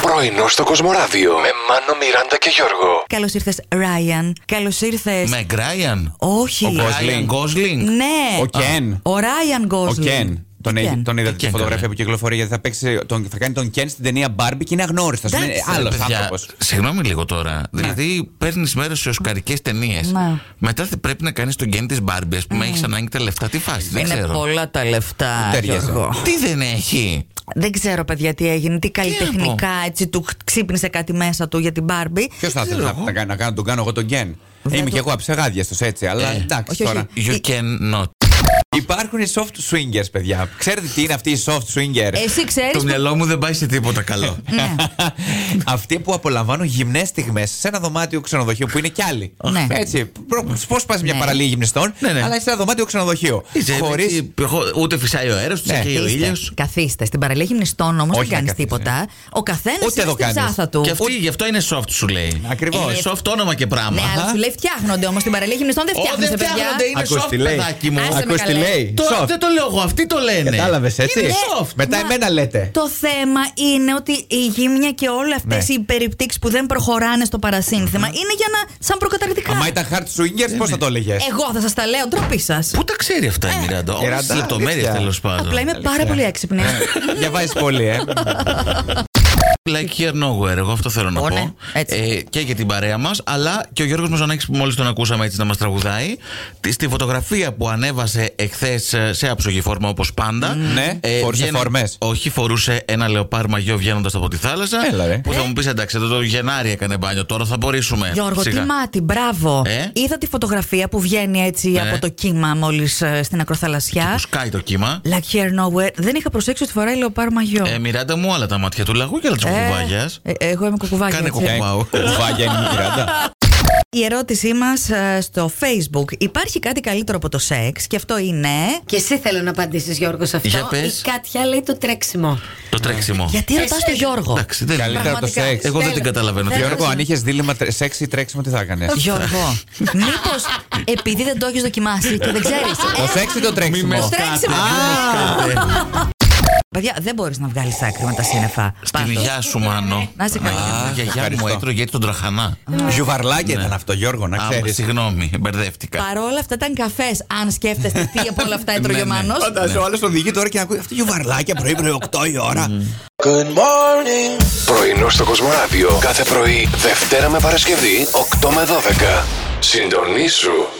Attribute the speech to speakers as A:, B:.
A: Πρωινό στο Κοσμοράδιο με Μάνο, Μιράντα και Γιώργο.
B: Καλώς ήρθες, Ράιαν. Καλώς ήρθες.
C: Με Γκράιαν.
B: Όχι.
C: Ο Γκόσλινγκ.
B: Ράιαν.
C: Γκόσλινγκ.
B: Ναι.
D: Ο Κεν.
B: Ο Ράιαν
D: Ο
B: Γκόσλινγκ.
D: Κεν. Τον,
B: Τι
D: έχει-
B: Κεν?
D: τον
C: Τι
D: είδατε τη
C: Κεν ναι.
D: φωτογραφία
C: έκανε?
D: που κυκλοφορεί γιατί θα, παίξει, τον, θα κάνει τον Κεν στην ταινία Μπάρμπι και είναι αγνώριστος. Είναι
B: Εντάξει,
D: άλλο
C: Ε, Παιδιά,
D: άνθρωπος.
C: Συγγνώμη λίγο τώρα. Δηλαδή, παίρνεις μέρος σε οσκαρικές ταινίες.
B: Ναι.
C: Μετά θα πρέπει να κάνεις τον γκέν της Μπάρμπι, ας πούμε, έχεις ανάγκη τα λεφτά. Τι φάση, δεν
B: Είναι
C: ξέρω.
B: πολλά τα λεφτά.
D: Ταιριάζει.
B: Γιώργο.
C: Τι δεν έχει.
B: Δεν ξέρω, παιδιά, τι έγινε. Τι καλλιτεχνικά έτσι του ξύπνησε κάτι μέσα του για την Μπάρμπι.
D: Ποιος θα ήθελε
C: ξέρω
D: να,
C: εγώ.
D: να, κάνω- να κάνω- τον κάνω εγώ τον Γκεν.
B: Δεν
D: Είμαι
B: το-
D: κι εγώ αψεγάδιαστο έτσι, αλλά
C: Ε,
D: εντάξει
B: όχι,
D: τώρα.
B: όχι.
C: You can not.
D: Υπάρχουν οι soft swingers, παιδιά. Ξέρετε τι είναι αυτοί οι soft swingers.
B: Εσύ ξέρεις.
C: Το μυαλό μου δεν πάει σε τίποτα καλό.
B: Ναι.
D: Αυτοί που απολαμβάνουν γυμνές στιγμές σε ένα δωμάτιο ξενοδοχείου που είναι κι άλλοι.
B: Ναι.
D: Έτσι. Πώς πας μια
B: Ναι.
D: παραλία γυμνιστών,
C: Ναι, ναι.
D: αλλά σε ένα δωμάτιο ξενοδοχείο.
C: Είσαι
D: Χωρίς-
C: έτσι, χω- Ούτε φυσάει ο αέρας, τους
D: Ναι.
C: τσακέει ο ήλιος.
B: Καθίστε. Στην παραλία γυμνιστών όμως δεν
D: Όχι να
B: κάνεις
D: καθίσεις,
B: τίποτα. Ο καθένας
D: Ούτε
B: είναι
D: εδώ
B: στην
D: κάνεις.
B: ψάθα του.
C: Και αυτή, γι' αυτό είναι soft, σου λέει.
D: Ακριβώς.
C: Είναι soft όνομα και πράγμα.
B: Ναι, αλλά σου λέει φτιάχνονται όμως. Στην παραλία γυμνιστών δεν
C: Ω,
B: φτιάχνονται,
C: δεν
B: παιδιά.
C: φτιάχνονται, είναι
D: Ακούς
C: soft,
D: τι λέει.
C: παιδάκι μου.
B: Άσε με
D: Ακούς τι
B: καλέ.
D: λέει.
C: Τώρα
D: Soft.
C: δεν το λέω εγώ, αυτοί το λένε.
D: Κατάλαβες, έτσι.
C: Είναι
B: Ναι,
C: soft.
D: Μετά
B: μα
D: εμένα λέτε.
B: Το θέμα είναι ότι η γύμνια και όλα αυτέ
D: Ναι.
B: οι περιπτύξεις που δεν προχωράνε στο παρασύνθημα είναι για να. σαν προκαταρκτικά.
D: Αμά ήταν hard swingers, πώ θα το έλεγες.
B: Εγώ θα σας τα λέω, ντροπή σας.
C: Πού τα ξέρει αυτά η Μιράντα, όλες τις
D: Μιράντα,
C: λεπτομέρειες
D: αλήθεια.
C: τέλος πάντων.
B: Απλά είμαι πάρα πολύ έξυπνη.
D: Διαβάζεις πολύ, ε.
C: Like here nowhere, εγώ αυτό θέλω να
B: Ω,
C: πω.
B: ναι, έτσι.
C: Ε, και για την παρέα μας, αλλά και ο Γιώργος Μεζονάκη που μόλις τον ακούσαμε έτσι να μας τραγουδάει. τη- Στη φωτογραφία που ανέβασε εχθές σε άψογη φόρμα όπως πάντα. ε,
D: Ναι, φορούσε
C: βγαίνει-
D: φόρμες.
C: Όχι, φορούσε ένα λεοπάρ μαγιό βγαίνοντας από τη θάλασσα.
D: Έλα, ρε.
C: Που θα μου πεις εντάξει, εδώ το Γενάρη έκανε μπάνιο, τώρα θα μπορέσουμε.
B: Ε. Γιώργο, τι
C: Σιγά.
B: μάτι, μπράβο.
C: Ε?
B: Είδα τη φωτογραφία που βγαίνει έτσι από το κύμα μόλις στην ακροθαλασσιά.
C: Που σκάει το κύμα.
B: Like here nowhere. Δεν είχα προσέξει ότι φοράει λεοπάρ μαγιό.
C: Ε, Μιράντα μου, άλλα τα μάτια του λαγού και άλλα τη
B: Ε,
C: κουβάγια.
B: ε, εγώ είμαι κουκουβάγια.
C: Κάνε
B: έτσι.
C: κουκουβάγια. Wow.
D: Κουβάγια Ε, είναι η Μιράντα.
B: Η ερώτησή μας στο Facebook. Υπάρχει κάτι καλύτερο από το σεξ και αυτό είναι.
E: Και εσύ θέλω να απαντήσεις, Γιώργος, σε αυτό.
C: Για πες.
E: Η Κατιά λέει το τρέξιμο.
C: Το τρέξιμο.
B: Ε, Γιατί ρωτάς τον Γιώργο.
C: Εντάξει, δεν
D: Καλύτερα το
B: Πραγματικά.
D: σεξ.
C: Εγώ δεν την καταλαβαίνω. Τι
D: Γιώργο, αν είχες δίλημα τρε- σεξ ή τρέξιμο, τι θα έκανες.
B: Γιώργο, μήπως επειδή δεν το έχεις δοκιμάσει και δεν ε, ξέρεις.
D: Το σεξ ή το τρέξιμο.
B: Τρέξιμο.
C: έκανε.
B: Παιδιά, δεν μπορείς να βγάλεις άκρη με τα σύννεφα.
C: Ε, Στην
B: Πάντως.
C: υγειά σου, Μάνο.
B: Να είσαι καλά.
C: Α, Η γιαγιά μου
D: ευχαριστώ.
C: έτρωγε έτσι τον τραχανά.
D: Γιουβαρλάκια ήταν αυτό, Γιώργο, να
C: Α,
D: ξέρεις.
C: Συγγνώμη, μπερδεύτηκα.
B: Παρόλα αυτά ήταν καφές. Αν σκέφτεστε τι από όλα αυτά έτρωγε ο
C: Ναι, ναι.
B: Μάνος.
D: Φαντάζομαι, ο άλλο οδηγεί τώρα και ακούει. Αυτή γιουβαρλάκια πρωί-πρωί 8 η ώρα.
A: Πρωινό στο Κοσμοράδιο κάθε πρωί, Δευτέρα με Παρασκευή, 8 με 12. Συντονίσου